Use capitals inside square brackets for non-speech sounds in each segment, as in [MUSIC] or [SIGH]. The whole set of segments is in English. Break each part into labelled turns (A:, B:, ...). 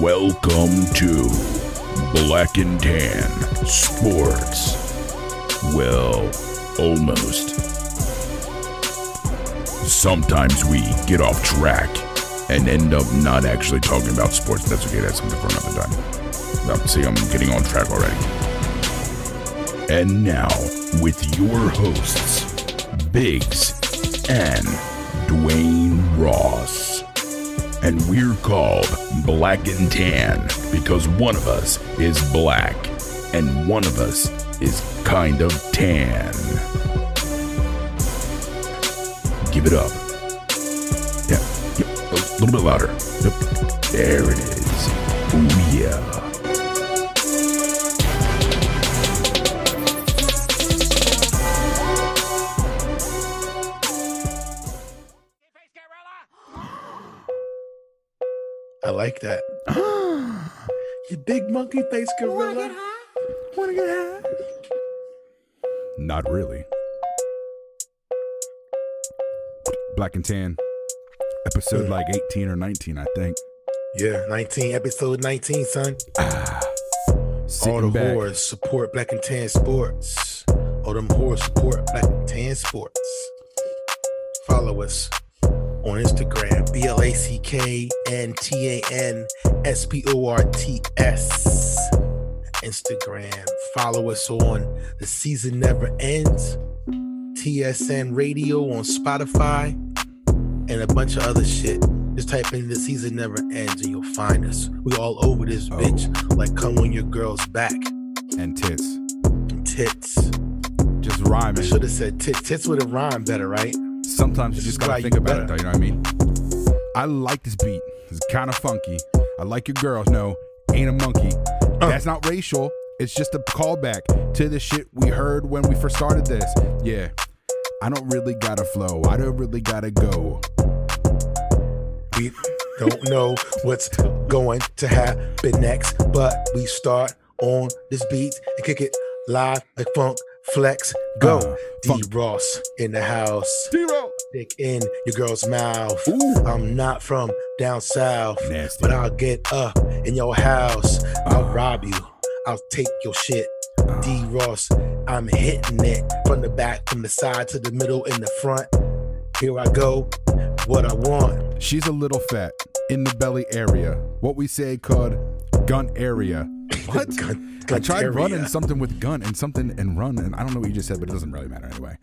A: Welcome to Black and Tan Sports. Well, almost. Sometimes we get off track and end up not actually talking about sports. That's okay, that's something for another time. Now, see, I'm getting on track already. And now, with your hosts, Biggs and Dwayne Ross and we're called Black and Tan because one of us is black and one of us is kind of tan. Give it up. Yeah, yep, a little bit louder. Yep. There it is. Ooh, yeah.
B: I like that. you big monkey face gorilla.
A: Not really. Black and Tan, episode
B: Hmm.
A: like 18 or 19, I think.
B: Yeah, 19, episode 19, son. All the
A: Sitting back.
B: whores support black and tan sports. All them whores support black and tan sports. Follow us on Instagram, B L A C K N T A N S P O R T S. Instagram. Follow us on The Season Never Ends, TSN Radio on Spotify, and a bunch of other shit. Just type in The Season Never Ends and you'll find us. We all over this
A: Oh.
B: bitch like come on your girl's back.
A: and tits.
B: Tits.
A: Just
B: I
A: rhyming.
B: should have said tits. Tits would have rhymed better, right?
A: Sometimes you just
B: This is
A: gotta
B: why
A: think
B: you
A: about it, though.
B: better.
A: You know what I mean? I like this beat. It's kind of funky. I like your girls. No, ain't a monkey.
B: Uh.
A: That's not racial. It's just a callback to the shit we heard when we first started this. Yeah, I don't really gotta flow. I don't really gotta go.
B: We don't know what's going to happen next, but we start on this beat and kick it live like funk flex. Go.
A: Uh,
B: D
A: funk.
B: Ross in the house.
A: Zero.
B: Dick in your girl's mouth.
A: Ooh,
B: I'm not from down south,
A: nasty.
B: but I'll get up in your house. I'll
A: Uh,
B: rob you. I'll take your shit.
A: uh,
B: D Ross, I'm hitting it from the back, from the side to the middle and the front. Here I go, what I want.
A: She's a little fat in the belly area. What we say called gun
B: [LAUGHS]
A: area. What?
B: Gun,
A: I tried
B: Gunteria.
A: running something with gun and something and run and I don't know what you just said, but it doesn't really matter anyway.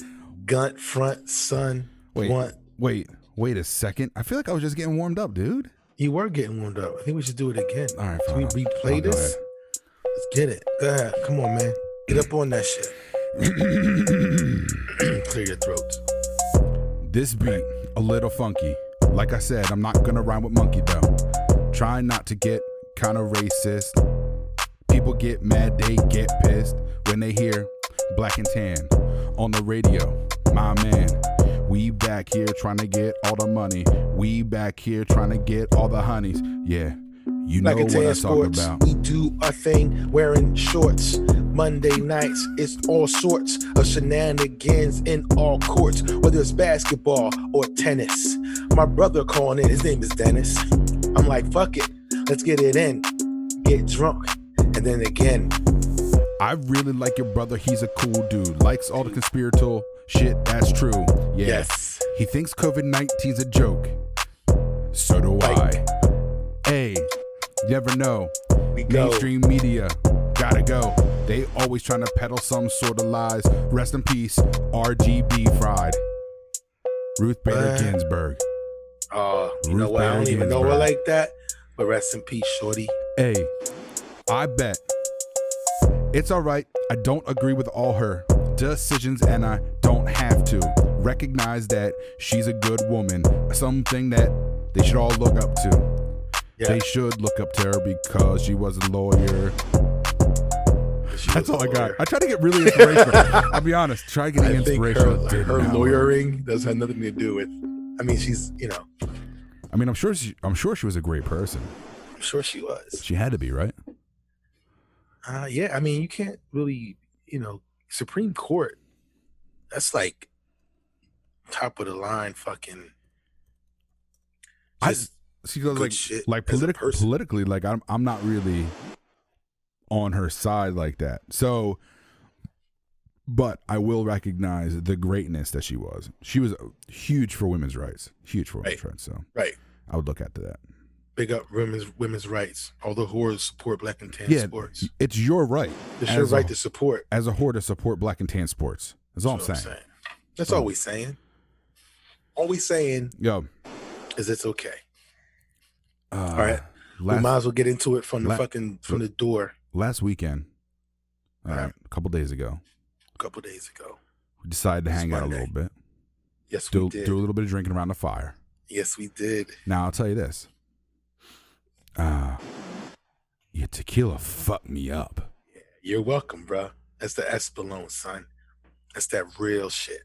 B: Gunt front, son.
A: Wait,
B: Want.
A: wait, wait a second. I feel like I was just getting warmed up, dude.
B: You were getting warmed up. I think we should do it again.
A: All right,
B: Can we
A: fine.
B: replay
A: I'll go
B: this? Let's get it. Go ahead. Come on, man. Get up on that shit. [CLEARS THROAT] Clear your throat.
A: This beat, a little funky. Like I said, I'm not gonna rhyme with monkey though. Trying not to get kinda racist. People get mad, they get pissed when they hear black and tan on the radio. My man, we back here trying to get all the money. We back here trying to get all the honeys. Yeah, you
B: Black
A: know
B: and
A: what I
B: tan
A: talk
B: sports.
A: about.
B: We do our thing wearing shorts. Monday nights, it's all sorts of shenanigans in all courts, whether it's basketball or tennis. My brother calling in, his name is Dennis. I'm like, fuck it, let's get it in, get drunk, and then again,
A: I really like your brother. He's a cool dude. Likes all the conspiratorial shit. That's true. Yeah.
B: yes,
A: He thinks COVID 19's a joke. So do
B: Right.
A: I. Hey, never know.
B: we go.
A: Mainstream media, gotta go. They always trying to peddle some sort of lies. Rest in peace, RGB Fried. Ruth Bader
B: Uh,
A: Ginsburg.
B: Oh, you know
A: Ruth
B: what? I don't
A: Bader
B: even know her
A: Ginsburg.
B: like that, but rest in peace, shorty.
A: Hey, I bet. It's all right. I don't agree with all her decisions, and I don't have to. Recognize that she's a good woman, something that they should all look up to.
B: Yeah,
A: They should look up to her because she was a lawyer.
B: she was
A: That's
B: a
A: all I got.
B: lawyer.
A: I try to get really inspirational.
B: [LAUGHS]
A: I'll be honest. Try getting
B: I think her,
A: inspirational. did
B: her
A: not work.
B: lawyering does have nothing to do with. I mean, she's you know,
A: I mean, I'm sure. She, I'm sure she was a great person.
B: I'm sure she was.
A: She had to be, right?
B: Uh, yeah, I mean, you can't really, you know, Supreme Court. That's like top of the line, fucking.
A: I-
B: Just
A: she goes
B: Good
A: like
B: shit
A: like
B: as a
A: politic
B: person.
A: politically like I'm I'm not really on her side like that. So but I will recognize the greatness that she was. She was huge for women's rights. Huge for women's rights. So
B: Right.
A: I would look after that.
B: Big up women's women's rights. All the whores support black and tan
A: Yeah,
B: sports.
A: It's your right
B: It's your
A: as a-
B: right to support.
A: as a whore to support black and tan sports. That's all
B: That's
A: I'm
B: what
A: saying.
B: That's all we saying. All we saying
A: Yo.
B: is it's okay.
A: Uh,
B: All right. we
A: Last,
B: might as well get into it from the
A: la-
B: fucking from the door
A: last weekend, all
B: All
A: right,
B: right.
A: a couple days ago,
B: a couple days ago.
A: we decided to
B: It's
A: hang out a
B: Monday.
A: little bit,
B: Yes, we
A: do,
B: did.
A: do a little bit of drinking around the fire.
B: Yes, we did.
A: Now I'll tell you this. Uh your tequila fucked me up.
B: You're welcome, bruh. That's the Espelone, son. That's that real shit.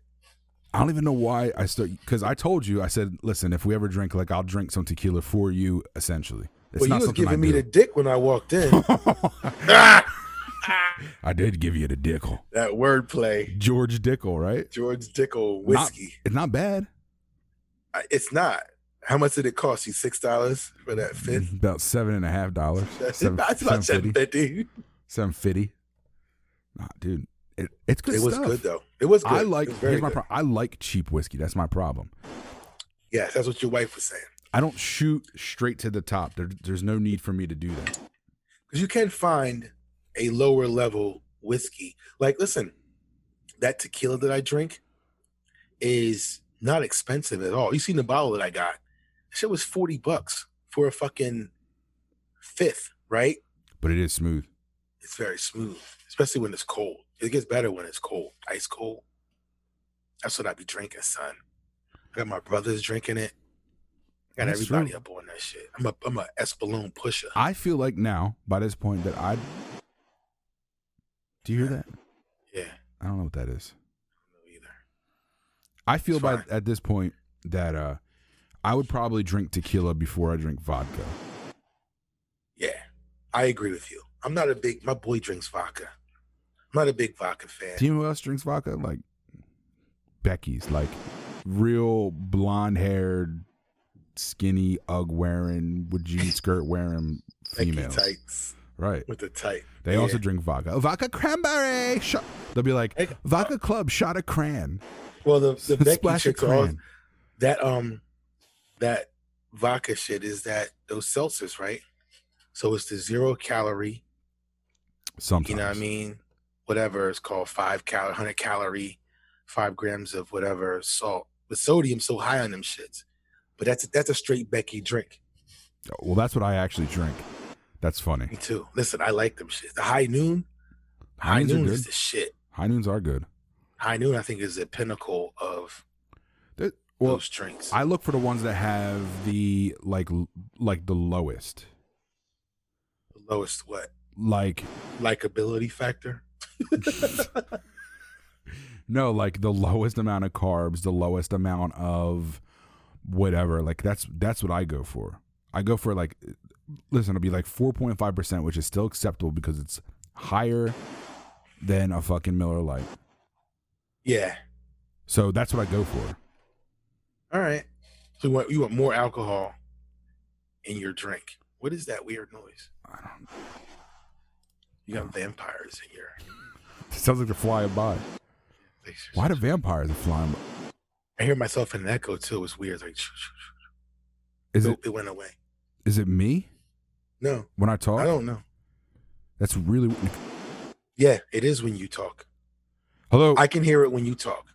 A: I don't even know why I start because I told you I said, listen, if we ever drink, like I'll drink some tequila for you. Essentially, it's
B: well,
A: not
B: you was
A: something
B: giving
A: I
B: me
A: do.
B: the dick when I walked in.
A: [LAUGHS]
B: [LAUGHS]
A: I did give you the Dickel,
B: that wordplay,
A: George Dickel, right?
B: George Dickel whiskey.
A: It's not bad.
B: I- It's not. How much did it cost you? Six dollars for that fifth.
A: About seven and a half dollars.
B: [LAUGHS] That's
A: Mm-hmm. Seven-
B: about seven
A: 750.
B: fifty.
A: Seven fifty. Nah, dude, it, it's good
B: It was
A: stuff.
B: good though. It was good.
A: I
B: It
A: like.
B: was very
A: Here's my
B: good.
A: problem. I like cheap whiskey. That's my problem.
B: Yes, that's what your wife was saying.
A: I don't shoot straight to the top. There, there's no need for me to do that.
B: because you can find a lower level whiskey. Like, listen, that tequila that I drink is not expensive at all. You seen the bottle that I got? Shit was forty bucks for a fucking fifth, right?
A: But it is smooth.
B: It's very smooth, especially when it's cold. It gets better when it's cold, ice cold. That's what I be drinking, son. I got my brothers drinking it. I got
A: That's
B: everybody
A: true.
B: up on that shit. I'm a I'm a Espolón pusher.
A: I feel like now by this point that I. Do you hear that?
B: Yeah,
A: I don't know what that is.
B: no either.
A: I feel
B: It's
A: by
B: fine.
A: at this point that uh, I would probably drink tequila before I drink vodka.
B: Yeah, I agree with you. I'm not a big. My boy drinks vodka. I'm not a big vodka fan.
A: Do you know who else drinks vodka? Like Becky's, like real blonde haired, skinny, UGG wearing, with jean skirt wearing
B: Like, he
A: females.
B: tights
A: Right.
B: with the tight.
A: They
B: yeah.
A: also drink vodka. Vodka cranberry. Shot. They'll be like,
B: Hey,
A: Vodka Club shot a cran.
B: Well, the
A: [LAUGHS]
B: [LAUGHS] the Becky
A: Splash a
B: chicks are all,
A: cran.
B: that um that vodka shit is that those seltzers, right? So it's the zero calorie.
A: Sometimes.
B: You know what I mean? Whatever it's called, five cal, hundred calorie, five grams of whatever salt. The sodium's so high on them shits, but that's that's a straight Becky drink.
A: Well, that's what I actually drink. That's funny.
B: Me too. Listen, I like them shits. The high noon, high
A: High
B: noon
A: noons are
B: is
A: good.
B: the shit.
A: High noons are good.
B: High Noon, I think, is the pinnacle of
A: That- well,
B: those drinks.
A: I look for the ones that have the like l- like the lowest.
B: the lowest what
A: Like
B: likability factor?
A: No, like the lowest amount of carbs, the lowest amount of whatever. Like that's that's what I go for. I go for like listen, it'll be like 4.5%, which is still acceptable because it's higher than a fucking Miller Lite.
B: Yeah.
A: So that's what I go for.
B: All right. So you want you want more alcohol in your drink? What is that weird noise?
A: I don't
B: You got vampires in your.
A: sounds like they're flying by. Why do vampires are flying by?
B: I hear myself in an echo too. It's weird. Like shh, shh, shh.
A: Is
B: Nope,
A: it
B: it went away.
A: is it me
B: No,
A: when I talk?
B: I don't know.
A: That's really
B: Yeah, it is when you talk.
A: Hello.
B: I can hear it when you talk.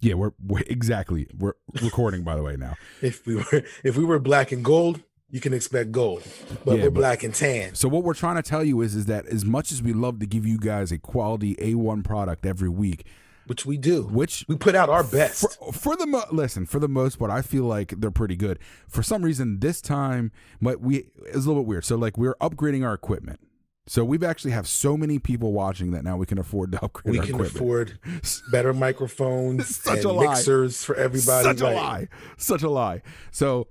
A: yeah, we're, we're exactly. We're recording by the way now.
B: If we were if we were black and gold, you can expect gold. But
A: Yeah,
B: we're
A: but-
B: black and tan.
A: So what we're trying to tell you is is that as much as we love to give you guys a quality A1 product every week,
B: which we do.
A: which
B: we put out our best.
A: for, for the mo- listen, for the most part, I feel like they're pretty good. For some reason this time, but we is a little bit weird. So like we're upgrading our equipment. So we've actually have so many people watching that now we can afford to [LAUGHS] upgrade
B: we
A: our
B: can
A: equipment. [LAUGHS]
B: afford better microphones
A: Such
B: and
A: a lie.
B: mixers for everybody.
A: Such a
B: right?
A: lie. Such a lie. So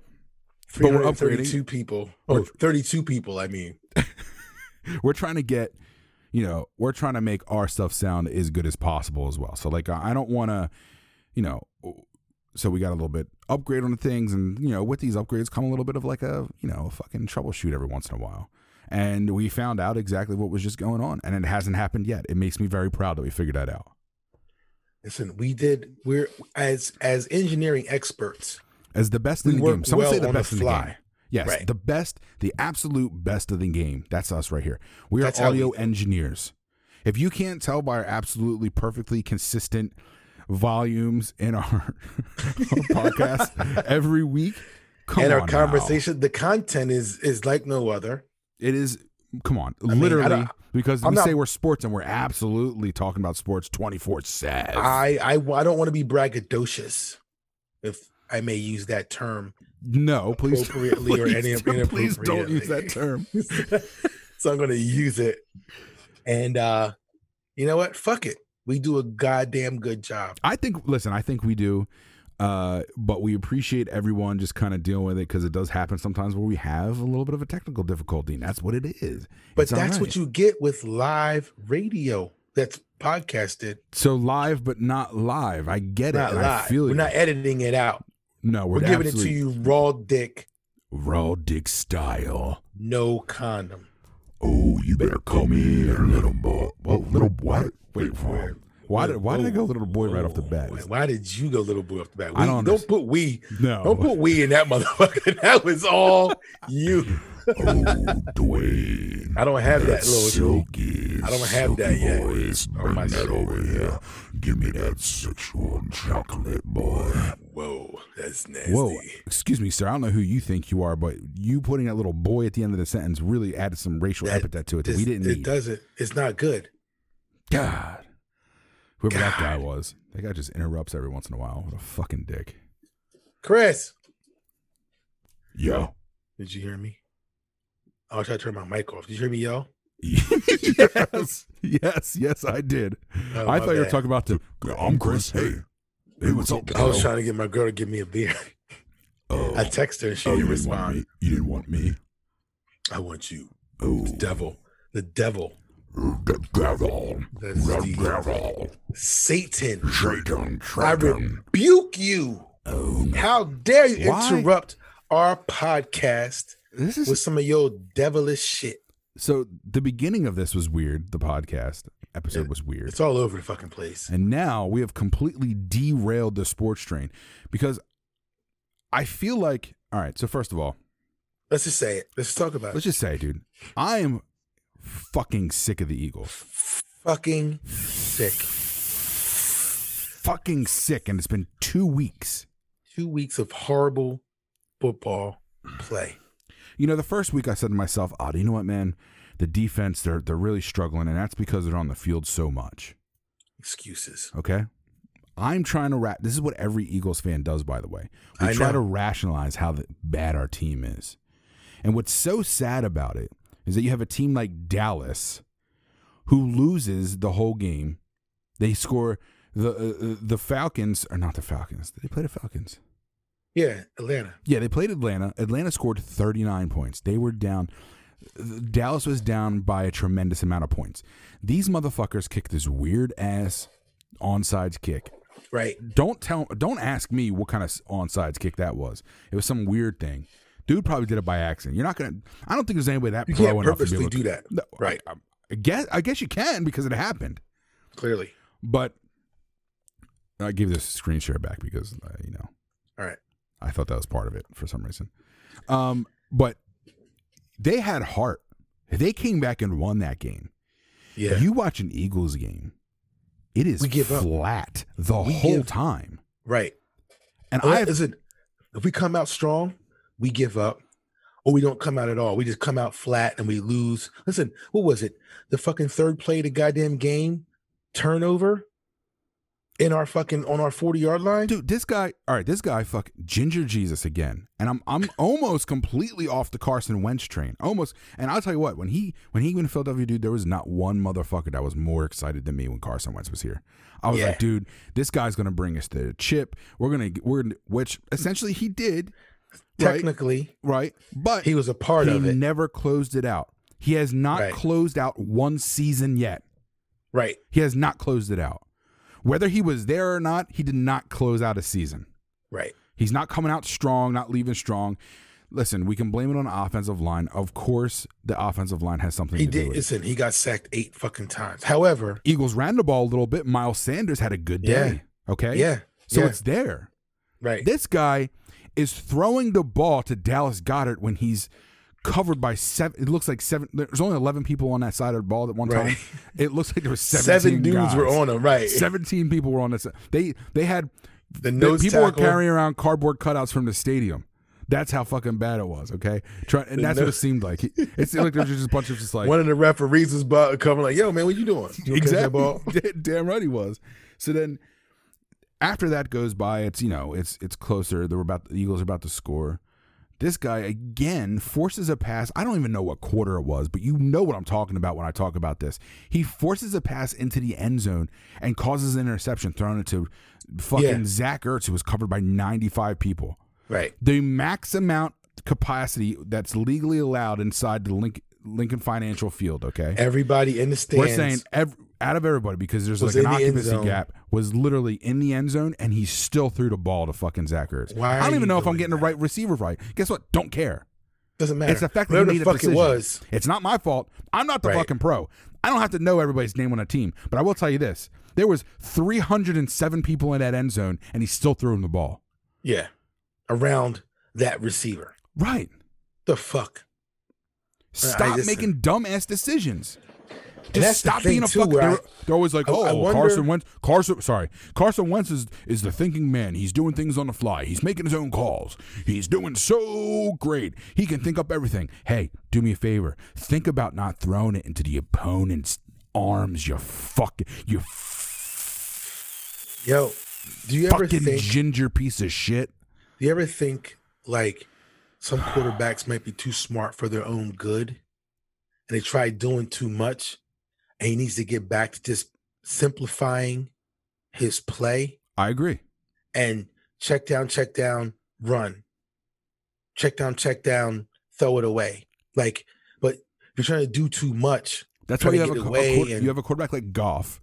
A: But we're upgrading.
B: 332 people. Oh, 32 people, I mean.
A: we're trying to get you know we're trying to make our stuff sound as good as possible as well so like i I don't want to you know so we got a little bit upgrade on the things and you know with these upgrades come a little bit of like a you know a fucking troubleshoot every once in a while and we found out exactly what was just going on and it hasn't happened yet it makes me very proud that we figured that out
B: Listen, we did. We're as as engineering experts.
A: as the best
B: We
A: in the game
B: worked
A: some would say
B: well
A: the
B: on the
A: best in the
B: fly.
A: game yes
B: Right.
A: the best the absolute best of the game that's us right here we are
B: That's how we
A: audio
B: do it.
A: engineers if you can't tell by our absolutely perfectly consistent volumes in our [LAUGHS]
B: [LAUGHS]
A: podcast every week come
B: and our
A: on now.
B: conversation, the content is is like no other.
A: It is. Come on,
B: mean, I
A: literally,
B: don't-
A: because
B: I'm
A: we
B: not-
A: say we're sports and we're absolutely talking about sports twenty four seven.
B: I I, I don't want to be braggadocious, if I may use that term.
A: No, please,
B: Appropriately
A: [LAUGHS]
B: or
A: please,
B: inap-
A: please don't use that term.
B: [LAUGHS] so I'm going to use it. And uh you know what? Fuck it. We do a goddamn good job.
A: I think. Listen, I think we do, uh, but we appreciate everyone just kind of dealing with it because it does happen sometimes where we have a little bit of a technical difficulty, and that's what it is.
B: But
A: It's all
B: that's
A: right.
B: what you get with live radio that's podcasted.
A: So live, but not live. I get
B: Not
A: it. and I
B: live.
A: feel
B: We're
A: you.
B: not editing it out.
A: no, we're,
B: We're, giving it
A: absolutely
B: to you raw dick,
A: raw dick style.
B: no condom.
C: Oh, you better come here, little boy. Well, little what? Wait, what?
A: Why did Why did I go little boy right off the bat?
B: Wait, Why did you go little boy off the bat?
A: I
B: We-
A: don't
B: don't put we.
A: No. [LAUGHS]
B: Don't put we in that [LAUGHS] motherfucker. That was all you.
C: Oh, Dwayne.
B: I don't have that
C: That's
B: little.
C: silky,
B: I don't have that
C: silky
B: yet.
C: Voice.
A: Oh,
B: Or
C: Bring
B: my
C: that
B: shit.
C: over here. Give me that sexual chocolate, boy.
B: Whoa, that's nasty.
A: Whoa, excuse me, sir. I don't know who you think you are, but you putting that little boy at the end of the sentence really added some racial
B: That-
A: epithet to it that
B: This-
A: we didn't
B: It
A: need.
B: doesn't. It's not good.
A: God, whoever that guy
B: God.
A: was, that guy just interrupts every once in a while. What a fucking dick.
B: Chris,
C: Yeah.
B: did you hear me? I'll try to turn my mic off. Did you hear me yell?
A: [LAUGHS] yes, yes, yes, I did.
B: Oh,
A: I
B: my
A: thought you were
B: bad.
A: talking about the.
C: I'm Chris. Hey. Hey, what's up,
B: I was
C: kiddo?
B: trying to get my girl to give me a beer.
C: Oh,
B: I text her and she
C: oh, you
B: didn't
C: didn't want
B: respond.
C: me. You didn't want me.
B: I want you,
C: Oh,
B: devil, the devil,
C: the devil.
B: the
C: The
B: Steve,
C: devil.
B: Satan.
C: Satan.
B: I
C: Satan.
B: rebuke you.
C: Oh,
B: How dare you
A: Why?
B: interrupt our podcast
A: This
B: with some of your devilish shit?
A: so. The beginning of this was weird. The podcast episode was weird.
B: It's all over the fucking place.
A: And now we have completely derailed the sports train because I feel like, all right, so first of all,
B: Let's just say it. Let's talk about
A: let's
B: it.
A: just say, dude, I am fucking sick of the Eagles.
B: Fucking sick.
A: Fucking sick. And it's been two weeks.
B: Two weeks of horrible football play.
A: You know, the first week I said to myself, oh, do you know what, man? The defense, they're, they're really struggling, and that's because they're on the field so much.
B: Excuses.
A: Okay. I'm trying to rat. This is what every Eagles fan does, by the way. We
B: I
A: try
B: know.
A: to rationalize how th- bad our team is. And what's so sad about it is that you have a team like Dallas who loses the whole game. They score the uh, the Falcons or not the Falcons. Did they play the Falcons?
B: Yeah, Atlanta.
A: Yeah, they played Atlanta. Atlanta scored 39 points. They were down. Dallas was down by a tremendous amount of points. These motherfuckers kicked this weird ass onside kick
B: Right.
A: don't tell don't ask me what kind of onside kick that was. It was some weird thing. Dude probably did it by accident. You're not gonna. I don't think there's anybody that
B: You
A: pro
B: can't
A: enough to be
B: purposely
A: able to-
B: do that.
A: No,
B: Right.
A: I, I guess I guess you can because it happened.
B: Clearly.
A: But I give this screen share back because uh, you know
B: All right.
A: I thought that was part of it for some reason. Um, but they had heart. They came back and won that game.
B: Yeah.
A: You watch an Eagles game, it is
B: We give up.
A: flat the
B: We
A: whole
B: give- Oh,
A: time.
B: right.
A: And
B: I
A: I have
B: listen. If we come out strong, we give up, or we don't come out at all. We just come out flat and we lose. Listen, what was it? The fucking third play of the goddamn game turnover in our fucking on our forty yard line.
A: dude this guy all right this guy fuck ginger jesus again and i'm i'm almost completely off the carson wentz train almost and i'll tell you what when he when he went to philadelphia dude there was not one motherfucker that was more excited than me when carson wentz was here i was
B: Yeah.
A: like dude this guy's gonna bring us the chip we're gonna we're gonna, which essentially he did right?
B: Technically,
A: right but
B: he was a part
A: he
B: of it.
A: never closed it out he has not
B: Right.
A: closed out one season yet
B: right.
A: he has not closed it out whether he was there or not he did not close out a season
B: Right.
A: He's not coming out strong, not leaving strong. Listen, we can blame it on the offensive line. Of course, the offensive line has something
B: He
A: to do
B: did.
A: with it.
B: Listen, he got sacked eight fucking times. However,
A: Eagles ran the ball a little bit. Miles Sanders had a good day. Okay.
B: yeah.
A: So
B: yeah,
A: it's there.
B: right.
A: This guy is throwing the ball to Dallas Goddard when he's covered by seven. It looks like seven. There's only 11 people on that side of the ball at one
B: Right.
A: time. It looks like there was 17
B: [LAUGHS] Seven dudes
A: guys.
B: were on him. Right.
A: 17 people were on this. They they had
B: the nose
A: people
B: tackle.
A: were carrying around cardboard cutouts from the stadium. That's how fucking bad it was. Okay, Try, and that's what it
B: nose-
A: seemed like. It it seemed like there was just a bunch of just like
B: One of the referees was bu- coming like, "Yo, man, what you doing?" You catch that ball?
A: [LAUGHS] Damn right he was. So then after that goes by, it's you know, it's it's closer. They're about the Eagles are about to score. This guy again forces a pass. I don't even know what quarter it was, but you know what I'm talking about when I talk about this. He forces a pass into the end zone and causes an interception thrown into fucking
B: Yeah.
A: Zach Ertz, who was covered by 95 people
B: Right.
A: the max amount capacity that's legally allowed inside the Link, Lincoln Financial Field. Okay,
B: Everybody in the stands.
A: we're saying ev out of everybody because there's
B: Was
A: like an
B: in the end
A: occupancy
B: zone.
A: gap was literally in the end zone and he still threw the ball to fucking Zach Ertz. I
B: Why are
A: don't even
B: you
A: know if I'm
B: doing
A: getting the right receiver right. Guess what? Don't care.
B: doesn't matter.
A: It's the fact that
B: Whatever
A: he made
B: the
A: a
B: fuck
A: decision.
B: it was.
A: It's not my fault. I'm not the
B: Right.
A: fucking pro. I don't have to know everybody's name on a team, but I will tell you this: there was 307 people in that end zone, and he still threw him the ball.
B: Yeah. Around that receiver.
A: Right.
B: The fuck.
A: Stop
B: listen.
A: making dumb ass decisions.
B: that's the
A: Just stop
B: thing,
A: being a
B: too,
A: fucking.
B: where I-
A: They're, they're always like,
B: I-
A: oh,
B: I wonder-
A: Carson Wentz. Carson, sorry, Carson Wentz is is the thinking man. He's doing things on the fly. He's making his own calls. He's doing so great. He can think up everything. Hey, do me a favor. Think about not throwing it into the opponent's arms. You fucking you
B: Yo, do you ever
A: fucking
B: think?
A: ginger piece of shit.
B: Do you ever think like some quarterbacks might be too smart for their own good, and they try doing too much, and he needs to get back to just simplifying his play
A: I agree.
B: and check down, check down, run, check down, check down, throw it away. Like, but you're trying to do too much.
A: That's
B: trying
A: why you
B: to
A: have a,
B: get
A: qu- a
B: away
A: quarter-
B: and-
A: you have a quarterback like Goff,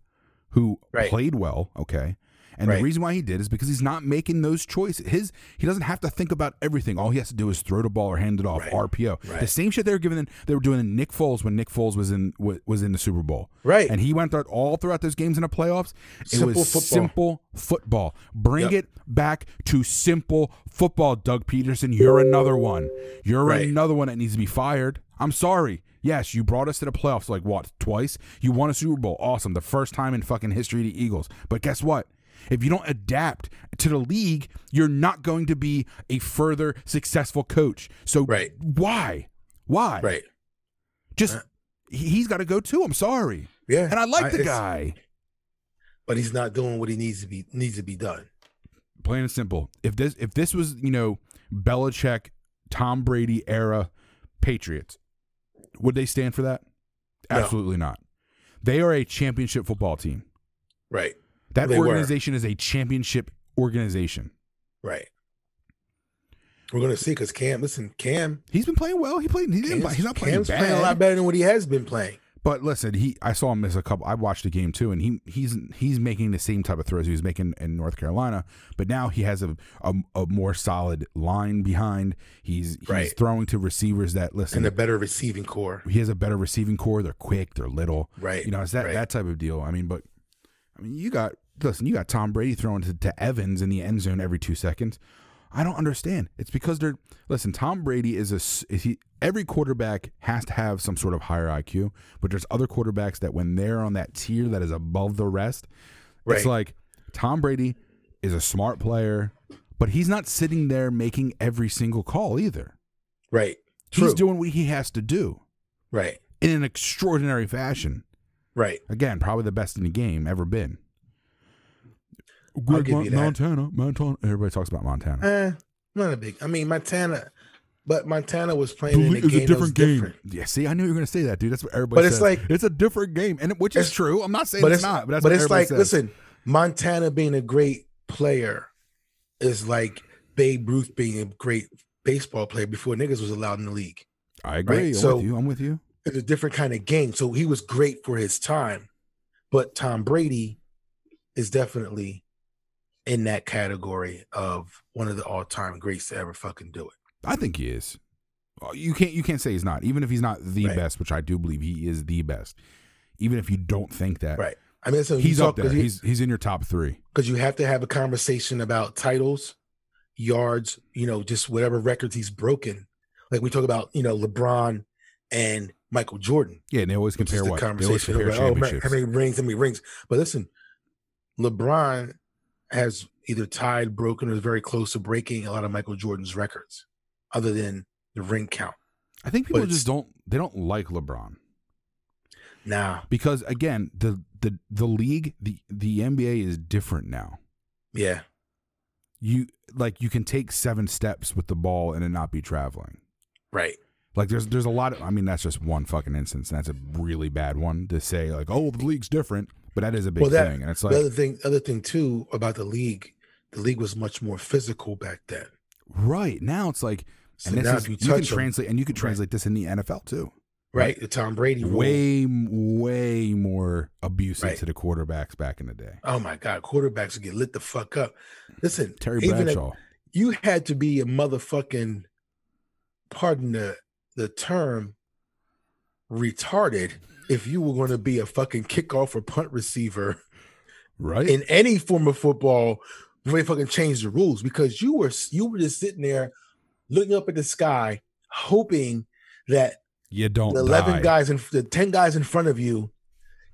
A: who
B: Right.
A: played well, okay, and
B: Right.
A: the reason why he did is because he's not making those choices. His he doesn't have to think about everything. All he has to do is throw the ball or hand it off
B: Right.
A: RPO. The
B: Right.
A: same shit they were giving they were doing to Nick Foles when Nick Foles was in wa- was in the Super Bowl,
B: Right.
A: And he went through all throughout those games in the playoffs. It
B: Simple
A: was
B: football.
A: simple football. Bring
B: Yep.
A: it back to simple football, Doug Peterson. You're another one. You're
B: Right.
A: another one that needs to be fired. I'm sorry. Yes, you brought us to the playoffs like what twice. You won a Super Bowl, awesome, the first time in fucking history of the Eagles. But guess what? If you don't adapt to the league, you're not going to be a further successful coach. So
B: Right.
A: why? Why?
B: Right. Uh.
A: Just he- he's got to go too. I'm sorry.
B: Yeah.
A: And I like the
B: it's-
A: guy.
B: but he's not doing what he needs to be needs to be done.
A: plain and simple. If this if this was you know Belichick, Tom Brady era Patriots, would they stand for that?
B: No.
A: Absolutely not. They are a championship football team.
B: Right.
A: That
B: They were.
A: organization is a championship organization.
B: Right. We're gonna see because Cam, listen, Cam,
A: He's been playing well. He played. He didn't,
B: Cam's-
A: he's not playing
B: Cam's
A: bad.
B: playing a lot better than what he has been playing.
A: But listen, he I saw him miss a couple. I watched the game too, and he he's he's making the same type of throws he was making in North Carolina, but now he has a a, a more solid line behind. He's he's
B: Right.
A: throwing to receivers that listen.
B: And a better receiving core.
A: he has a better receiving core. They're quick. They're little.
B: Right,
A: You know, it's that
B: right.
A: that type of deal. I mean, but I mean, you got listen. You got Tom Brady throwing to, to Evans in the end zone every two seconds. I don't understand. It's because they're listen. Tom Brady is a s- is he. Every quarterback has to have some sort of higher IQ, but there's other quarterbacks that when they're on that tier that is above the rest,
B: Right.
A: it's like Tom Brady is a smart player, but he's not sitting there making every single call either.
B: Right. True.
A: He's doing what he has to do
B: right.
A: in an extraordinary fashion.
B: Right.
A: Again, probably the best in the game ever been. Greg
B: give
A: Mon-
B: you that.
A: Montana, Montana. Everybody talks about Montana.
B: Eh, not a big. I mean, Montana, but Montana was playing in
A: Believe-
B: a game. that was different.
A: Yeah, see, I knew you were going to say that, dude. That's what everybody.
B: But it's
A: says.
B: like-
A: it's a different game, and it- which is
B: It's-
A: true. I'm not saying
B: But
A: it's,
B: it's
A: not, but that's
B: But
A: what
B: it's
A: everybody
B: like,
A: says.
B: listen, Montana being a great player is like Babe Ruth being a great baseball player before niggas was allowed in the league.
A: I agree.
B: right,
A: I'm
B: so-
A: with you. I'm with you.
B: it's a different kind of game. So he was great for his time, but Tom Brady is definitely in that category of one of the all time greats to ever fucking do it.
A: I think he is. Uh, You can't you can't say he's not. Even if he's not the
B: Right.
A: best, which I do believe he is the best. Even if you don't think that,
B: Right. I mean, so
A: he's
B: you
A: up
B: talk,
A: there.
B: Cause you,
A: he's he's in your top three.
B: 'cause you have to have a conversation about titles, yards, you know, just whatever records he's broken. Like we talk about, you know, LeBron and Michael Jordan.
A: Yeah, and they always
B: which is
A: compare
B: the
A: what they always
B: conversation.
A: compare
B: Like, oh, man,
A: championships.
B: how many rings? How many rings? But listen, LeBron has either tied, broken, or is very close to breaking a lot of Michael Jordan's records, other than the ring count.
A: I think people
B: but
A: just
B: it's-
A: don't they don't like LeBron
B: Now,
A: because again the the the league the the NBA is different now.
B: yeah,
A: You like you can take seven steps with the ball and it not be traveling.
B: right.
A: Like there's there's a lot of I mean that's just one fucking instance and that's a really bad one to say like oh the league's different but that is a big
B: Well, that-
A: thing and it's
B: the
A: like
B: other thing, other thing too about the league, the league was much more physical back then.
A: right now it's like
B: So
A: and this
B: now
A: is,
B: if you
A: you,
B: touch
A: can
B: 'em,
A: translate and you can translate this in the NFL too
B: right, the Tom Brady rule.
A: way way more abusive
B: Right.
A: to the quarterbacks back in the day
B: Oh my God, quarterbacks would get lit the fuck up. Listen,
A: Terry
B: even if-
A: Bradshaw
B: you had to be a motherfucking pardon the the term retarded if you were going to be a fucking kickoff or punt receiver
A: right
B: in any form of football they fucking changed the rules because you were you were just sitting there looking up at the sky hoping that
A: you don't
B: the 11
A: die.
B: guys and the 10 guys in front of you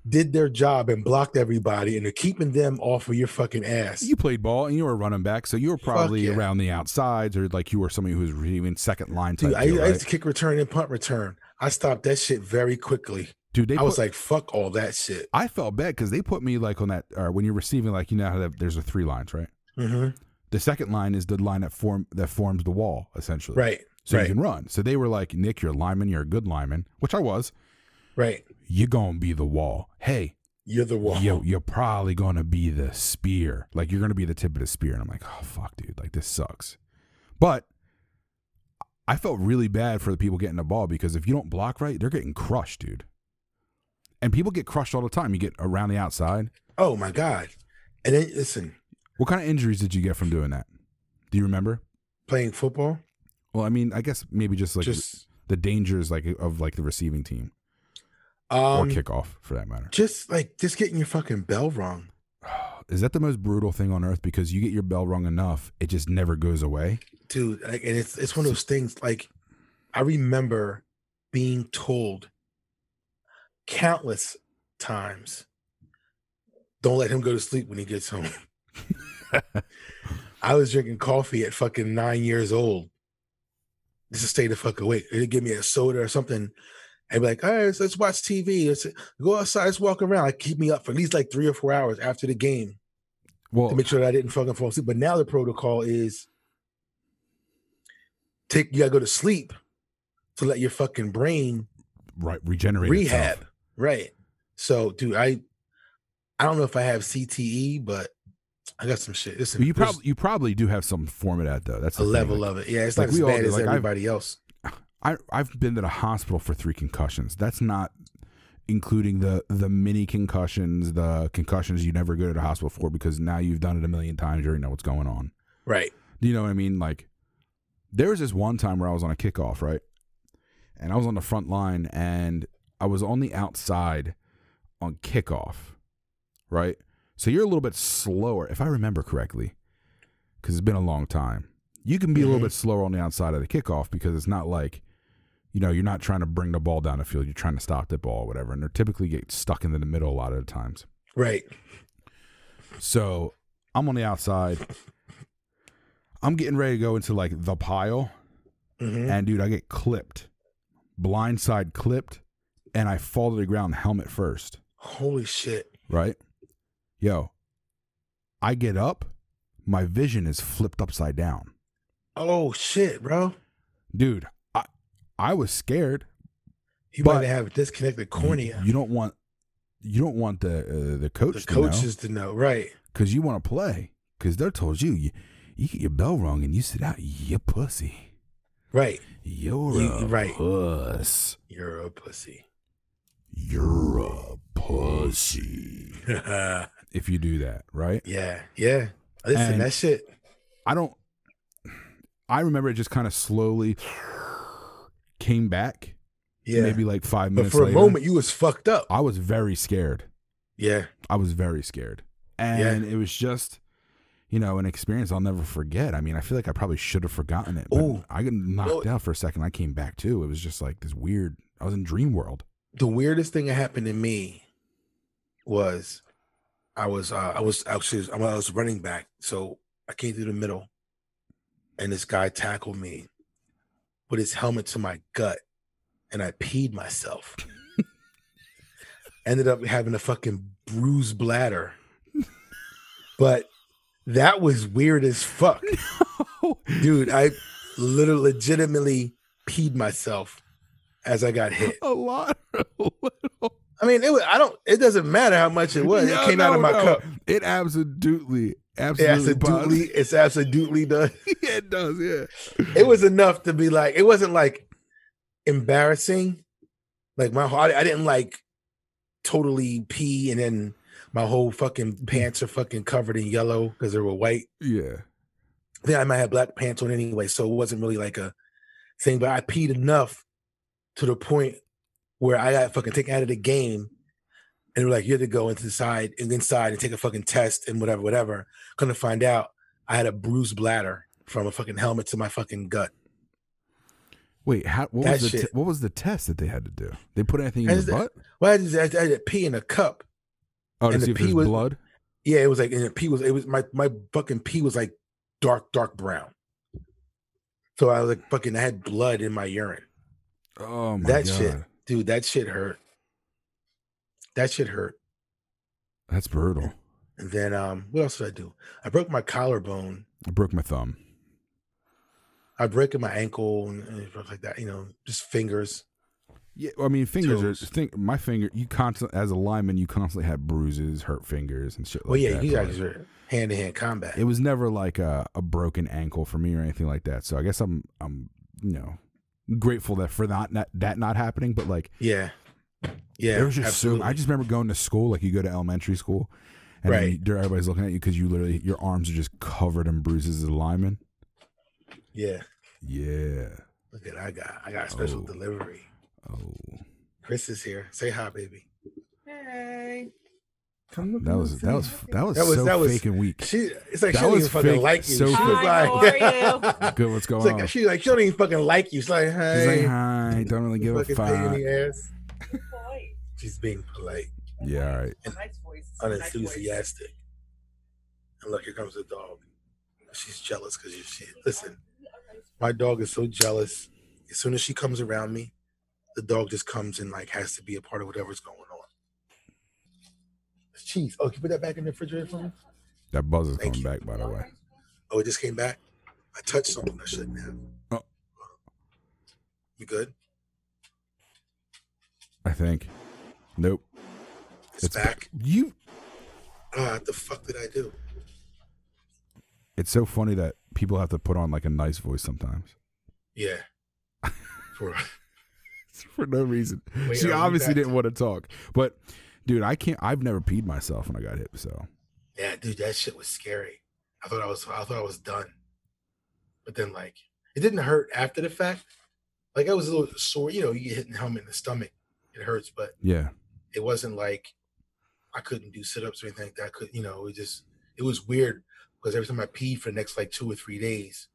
B: did their job and blocked everybody and they're keeping them off of your fucking ass
A: you played ball and you were a running back, so you were probably
B: yeah.
A: around the outsides or like you were somebody who was receiving second line type.
B: Dude,
A: Dude,
B: I, I used to kick return and punt return. I stopped that shit very quickly.
A: Dude they
B: I was
A: put-
B: like, fuck all that shit.
A: I felt bad because they put me like on that or when you're receiving like you know how that- there's a three lines right. Mm-hmm.
B: Mhm.
A: The second line is the line that form that forms the wall essentially,
B: Right,
A: So
B: right.
A: you can run. So they were like, Nick, you're a lineman, you're a good lineman, which I was.
B: right.
A: You're gonna be the wall. Hey,
B: You're the wall.
A: yo, you're probably gonna be the spear. Like you're gonna be the tip of the spear. And I'm like, oh fuck, dude, like this sucks. But I felt really bad for the people getting the ball because if you don't block right, they're getting crushed, dude. And people get crushed all the time. You get around the outside.
B: Oh my God. And then listen,
A: What kind of injuries did you get from doing that? Do you remember?
B: playing football,
A: Well, I mean, I guess maybe just like
B: just
A: the dangers like of like the receiving team or
B: um
A: kickoff for that matter.
B: just like just getting your fucking bell rung.
A: Is that the most brutal thing on earth? Because you get your bell rung enough, it just never goes away.
B: Dude, like and it's it's one of those things like I remember being told countless times, don't let him go to sleep when he gets home. [LAUGHS] I was drinking coffee at fucking nine years old. Just to stay the fuck awake. It'd give me a soda or something. I'd be like, all right, let's, let's watch TV. Let's go outside. Let's walk around. Like, keep me up for at least like three or four hours after the game
A: Well,
B: to make sure that I didn't fucking fall asleep. But now the protocol is take you gotta go to sleep to let your fucking brain
A: right, regenerate
B: rehab.
A: itself.
B: Right. So, dude, I I don't know if I have CTE, but I got some shit. Listen,
A: You
B: there's
A: probably you probably do have some form of that though. That's the
B: a
A: thing.
B: level
A: Like,
B: of it. Yeah, it's
A: like
B: not as
A: we all
B: bad
A: do,
B: as
A: like, I've-
B: everybody else.
A: I I've been to the hospital for three concussions. That's not including the the mini concussions, the concussions you never go to the hospital for because now you've done it a million times. You already know what's going on.
B: Right.
A: Do you know what I mean? Like, there was this one time where I was on a kickoff, right? And I was on the front line and I was on the outside on kickoff, right? So you're a little bit slower, if I remember correctly, because it's been a long time. You can be a
B: Mhm.
A: little bit slower on the outside of the kickoff because it's not like, you know, you're not trying to bring the ball down the field. You're trying to stop the ball or whatever. And they're typically get stuck in the middle a lot of the times.
B: Right.
A: So I'm on the outside. I'm getting ready to go into like the pile.
B: hmm
A: And dude, I get clipped, blindside clipped, and I fall to the ground helmet first,
B: Holy shit.
A: right? Yo, I get up, my vision is flipped upside down.
B: Oh shit, bro.
A: Dude, I I was scared.
B: You
A: But-
B: might have a disconnected cornea.
A: You, you don't want you don't want the uh, the
B: the
A: coach to know.
B: coaches to know. Right.
A: because you want to play. Because they're told you, you you get your bell rung and you sit out. You pussy.
B: Right.
A: You're
B: You-
A: a
B: right.
A: puss.
B: You're a pussy. [LAUGHS]
A: You're a pussy.
B: yeah.
A: If you do that, right?
B: Yeah. Listen,
A: And-
B: that shit.
A: I don't. I remember it just kind of slowly came back.
B: Yeah.
A: Maybe like five
B: but
A: minutes.
B: for a
A: later. uh,
B: moment, you was fucked up.
A: I was very scared.
B: Yeah.
A: I was very scared, and it was just, you know, an experience I'll never forget. I mean, I feel like I probably should have forgotten it. but
B: Ooh.
A: I got knocked
B: No.
A: out for a second. I came back too. It was just like this weird. I was in dream world. [LAUGHS]
B: the weirdest thing that happened to me was I was uh, I was actually I was running back, so I came through the middle, and this guy tackled me with his helmet to my gut, and I peed myself. Ended up having a fucking bruised bladder, but that was weird as fuck, dude. I literally legitimately peed myself as I got hit.
A: a lot.
B: I mean, it was, I don't. It doesn't matter how much it was.
A: No,
B: it came out
A: no,
B: of my
A: no.
B: cup.
A: It absolutely,
B: It
A: absolutely,
B: [LAUGHS] absolutely. It's absolutely done.
A: yeah, it does. Yeah.
B: It was enough to be like. It wasn't like embarrassing. Like my heart, I didn't like totally pee, and then my whole fucking pants are fucking covered in yellow because they were white.
A: Yeah.
B: I think I might have black pants on anyway, so it wasn't really like a thing. But I peed enough to the point where I got fucking taken out of the game, and they were like, "You had to go into the side and inside and take a fucking test and whatever, whatever." Couldn't find out I had a bruised bladder from a fucking helmet to my fucking gut.
A: Wait, how, what
B: That
A: was the te-
B: shit-
A: what was the test that they had to do? They put anything in
B: And
A: your
B: is that-
A: butt?
B: Well, I just I, I had to pee in a cup.
A: Oh, to
B: and the
A: see if
B: pee
A: there's
B: was-
A: blood.
B: Yeah, it was like and the pee was it was my my fucking pee was like dark dark brown. So I was like fucking I had blood in my urine.
A: Oh my
B: that
A: god,
B: shit, dude, that shit hurt. That shit hurt.
A: that's brutal.
B: And then um, what else did I do? I broke my collarbone.
A: I broke my thumb.
B: I broke my ankle and, and stuff like that. You know, just fingers.
A: Yeah, I mean, fingers are
B: Toes.
A: think my finger. You constant as a lineman, you constantly had bruises, hurt fingers, and shit. Like
B: well, yeah,
A: that,
B: you
A: but,
B: guys
A: like,
B: are hand to hand combat.
A: It was never like a, a broken ankle for me or anything like that. So I guess I'm I'm you know grateful that for not, not that not happening. But like
B: yeah, yeah.
A: there was just
B: absolutely.
A: so I just remember going to school like you go to elementary school, and then
B: Right.
A: you- there everybody's looking at you because you literally your arms are just covered in bruises as a lineman.
B: yeah.
A: Yeah.
B: Look at I got I got a special
A: Oh.
B: delivery.
A: Oh,
B: Chris is here. Say hi, baby. Hey. Come look
A: that
B: at
A: was
B: us.
A: that was that was
B: That was-
A: so
B: that was-
A: fake and weak.
B: She. It's like
A: that
B: she don't
A: was
B: even fucking
A: fake
B: like you.
A: so
B: she
A: fake.
B: was
D: Hi,
B: like,
D: how are
A: Good, what's going
B: [LAUGHS] It's
A: on?
B: like she like she don't even fucking like you. She's like,
A: She's
B: hey,
A: like, hi, don't really give a
B: fucking pain in
A: fuck.
B: the ass.
D: Polite.
B: She's being polite,
A: Yeah, all right.
D: It's a nice voice. It's a nice voice.
B: unenthusiastic. And look, here comes the dog. She's jealous because you shit. Listen, my dog is so jealous. As soon as she comes around me, the dog just comes and like has to be a part of whatever's going on. Cheese. Oh, can you put that back in the refrigerator for me?
A: That buzz is
B: Thank
A: coming
B: you.
A: back, by the way.
B: Oh, it just came back. I touched something I shouldn't have.
A: Oh.
B: You good?
A: I think. Nope.
B: It's, back.
A: You.
B: Ah, what the fuck did I do?
A: It's so funny that people have to put on like a nice voice sometimes
B: Yeah. For
A: [LAUGHS] for no reason.
B: Wait, are
A: she
B: we
A: obviously
B: back?
A: didn't want to talk, but dude, I can't. I've never peed myself when I got hit. So
B: Yeah, dude, that shit was scary. I thought I was I thought I was done. But then like it didn't hurt after the fact. Like I was a little sore, you know, you get hit in the helmet in the stomach, it hurts, but
A: yeah,
B: it wasn't like I couldn't do sit-ups or anything like that. I could you know, it was just it was weird because every time I peed for the next like two or three days,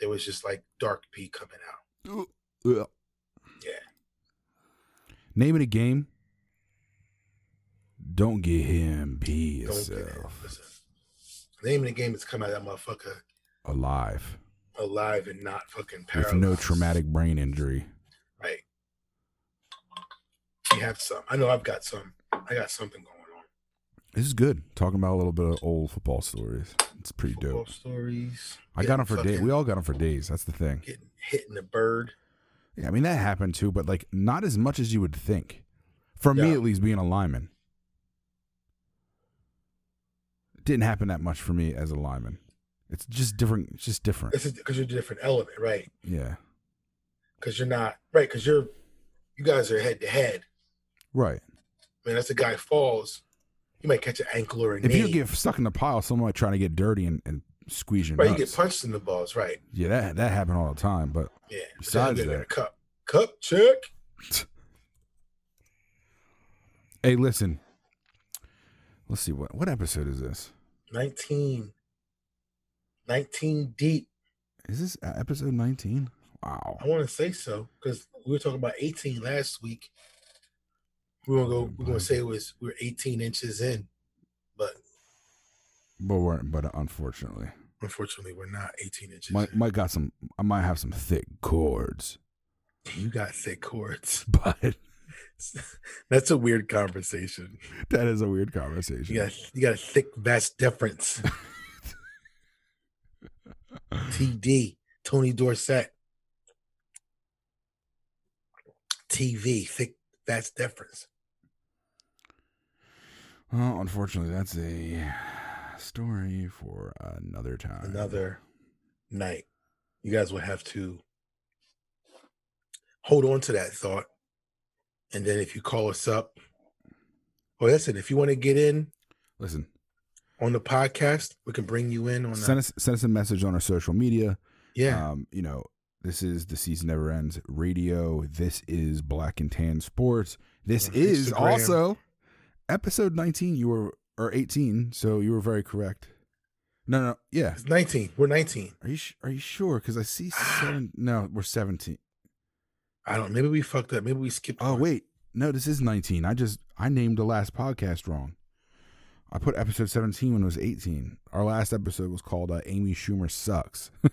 B: there was just like dark pee coming out.
A: Ugh. name it a game. Don't get him pee
B: Don't get it.
A: yourself
B: Listen. The name of the game is come out of that motherfucker
A: alive
B: alive and not fucking paralyzed.
A: with no traumatic brain injury.
B: Right. You have some. I know I've got some. I got something going on.
A: This is good. Talking about a little bit of old football stories. It's pretty
B: Football
A: dope.
B: stories.
A: I got them
B: Getting
A: for days.
B: fucking-
A: We all got them for days. That's the thing.
B: getting hitting the bird.
A: Yeah, I mean that happened too, but like not as much as you would think. For me,
B: Yeah.
A: at least, being a lineman, it didn't happen that much for me as a lineman. It's just different. It's just different.
B: This is because you're a different element, right?
A: Yeah.
B: Because you're not right. Because you're, you guys are head to head.
A: Right.
B: Man, that's a guy falls. You might catch an ankle or a
A: If
B: knee.
A: you get stuck in the pile, someone like trying to get dirty and, and squeeze your
B: right, you
A: nuts.
B: get punched in the balls, right?
A: Yeah, that that happened all the time. But
B: Yeah.
A: Besides
B: Sounds good.
A: that.
B: Cup, cup check.
A: hey, listen, let's see what what episode is this?
B: Nineteen. Nineteen deep.
A: Is this uh, episode nineteen? Wow.
B: I want to say so because we were talking about eighteen last week. We were gonna go. We're gonna say it was we we're eighteen inches in, but
A: But we're but unfortunately,
B: unfortunately, we're not eighteen inches.
A: Mike
B: in.
A: Mike got some. I might have some thick cords,
B: You got thick cords. [LAUGHS]
A: but
B: That's a weird conversation.
A: that is a weird conversation.
B: You got you got a thick vast difference. TD Tony Dorsett. TV thick vast difference.
A: Well, unfortunately, that's a story for another time.
B: Another night. You guys will have to hold on to that thought. And then if you call us up, well, listen, if you want to get in
A: Listen,
B: on the podcast, we can bring you in on
A: send
B: the,
A: us send us a message on our social media.
B: yeah.
A: Um, you know, this is the season never ends radio. This is black and tan sports. This
B: On
A: is
B: Instagram.
A: also episode 19. You were or 18, so you were very correct. No, no, yeah.
B: It's 19. We're 19.
A: Are you sh- are you sure? Because I see seven. No, we're 17.
B: I don't. Maybe we fucked up. Maybe we skipped.
A: Oh
B: one.
A: wait, no, this is 19. I just I named the last podcast wrong. I put episode 17 when it was 18. Our last episode was called uh, "Amy Schumer Sucks."
B: [LAUGHS]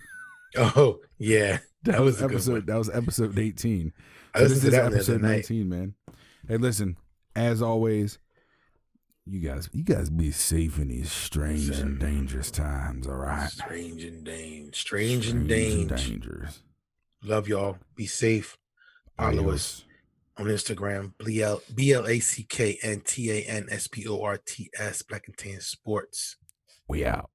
B: Oh yeah, [LAUGHS] that was a good one.
A: episode. That was episode 18.
B: [LAUGHS] I
A: So this
B: listened to
A: is
B: that one the other
A: episode
B: night.
A: 19, man. Hey, listen, as always, you guys, you guys be safe in these strange and dangerous times. All right,
B: Strange and dane. Strange and dane.
A: dangerous.
B: Love y'all. Be safe. Follow us
A: Adios.
B: on Instagram. B L B L A C K N T A N S P O R T S. Black and Tan Sports.
A: We out.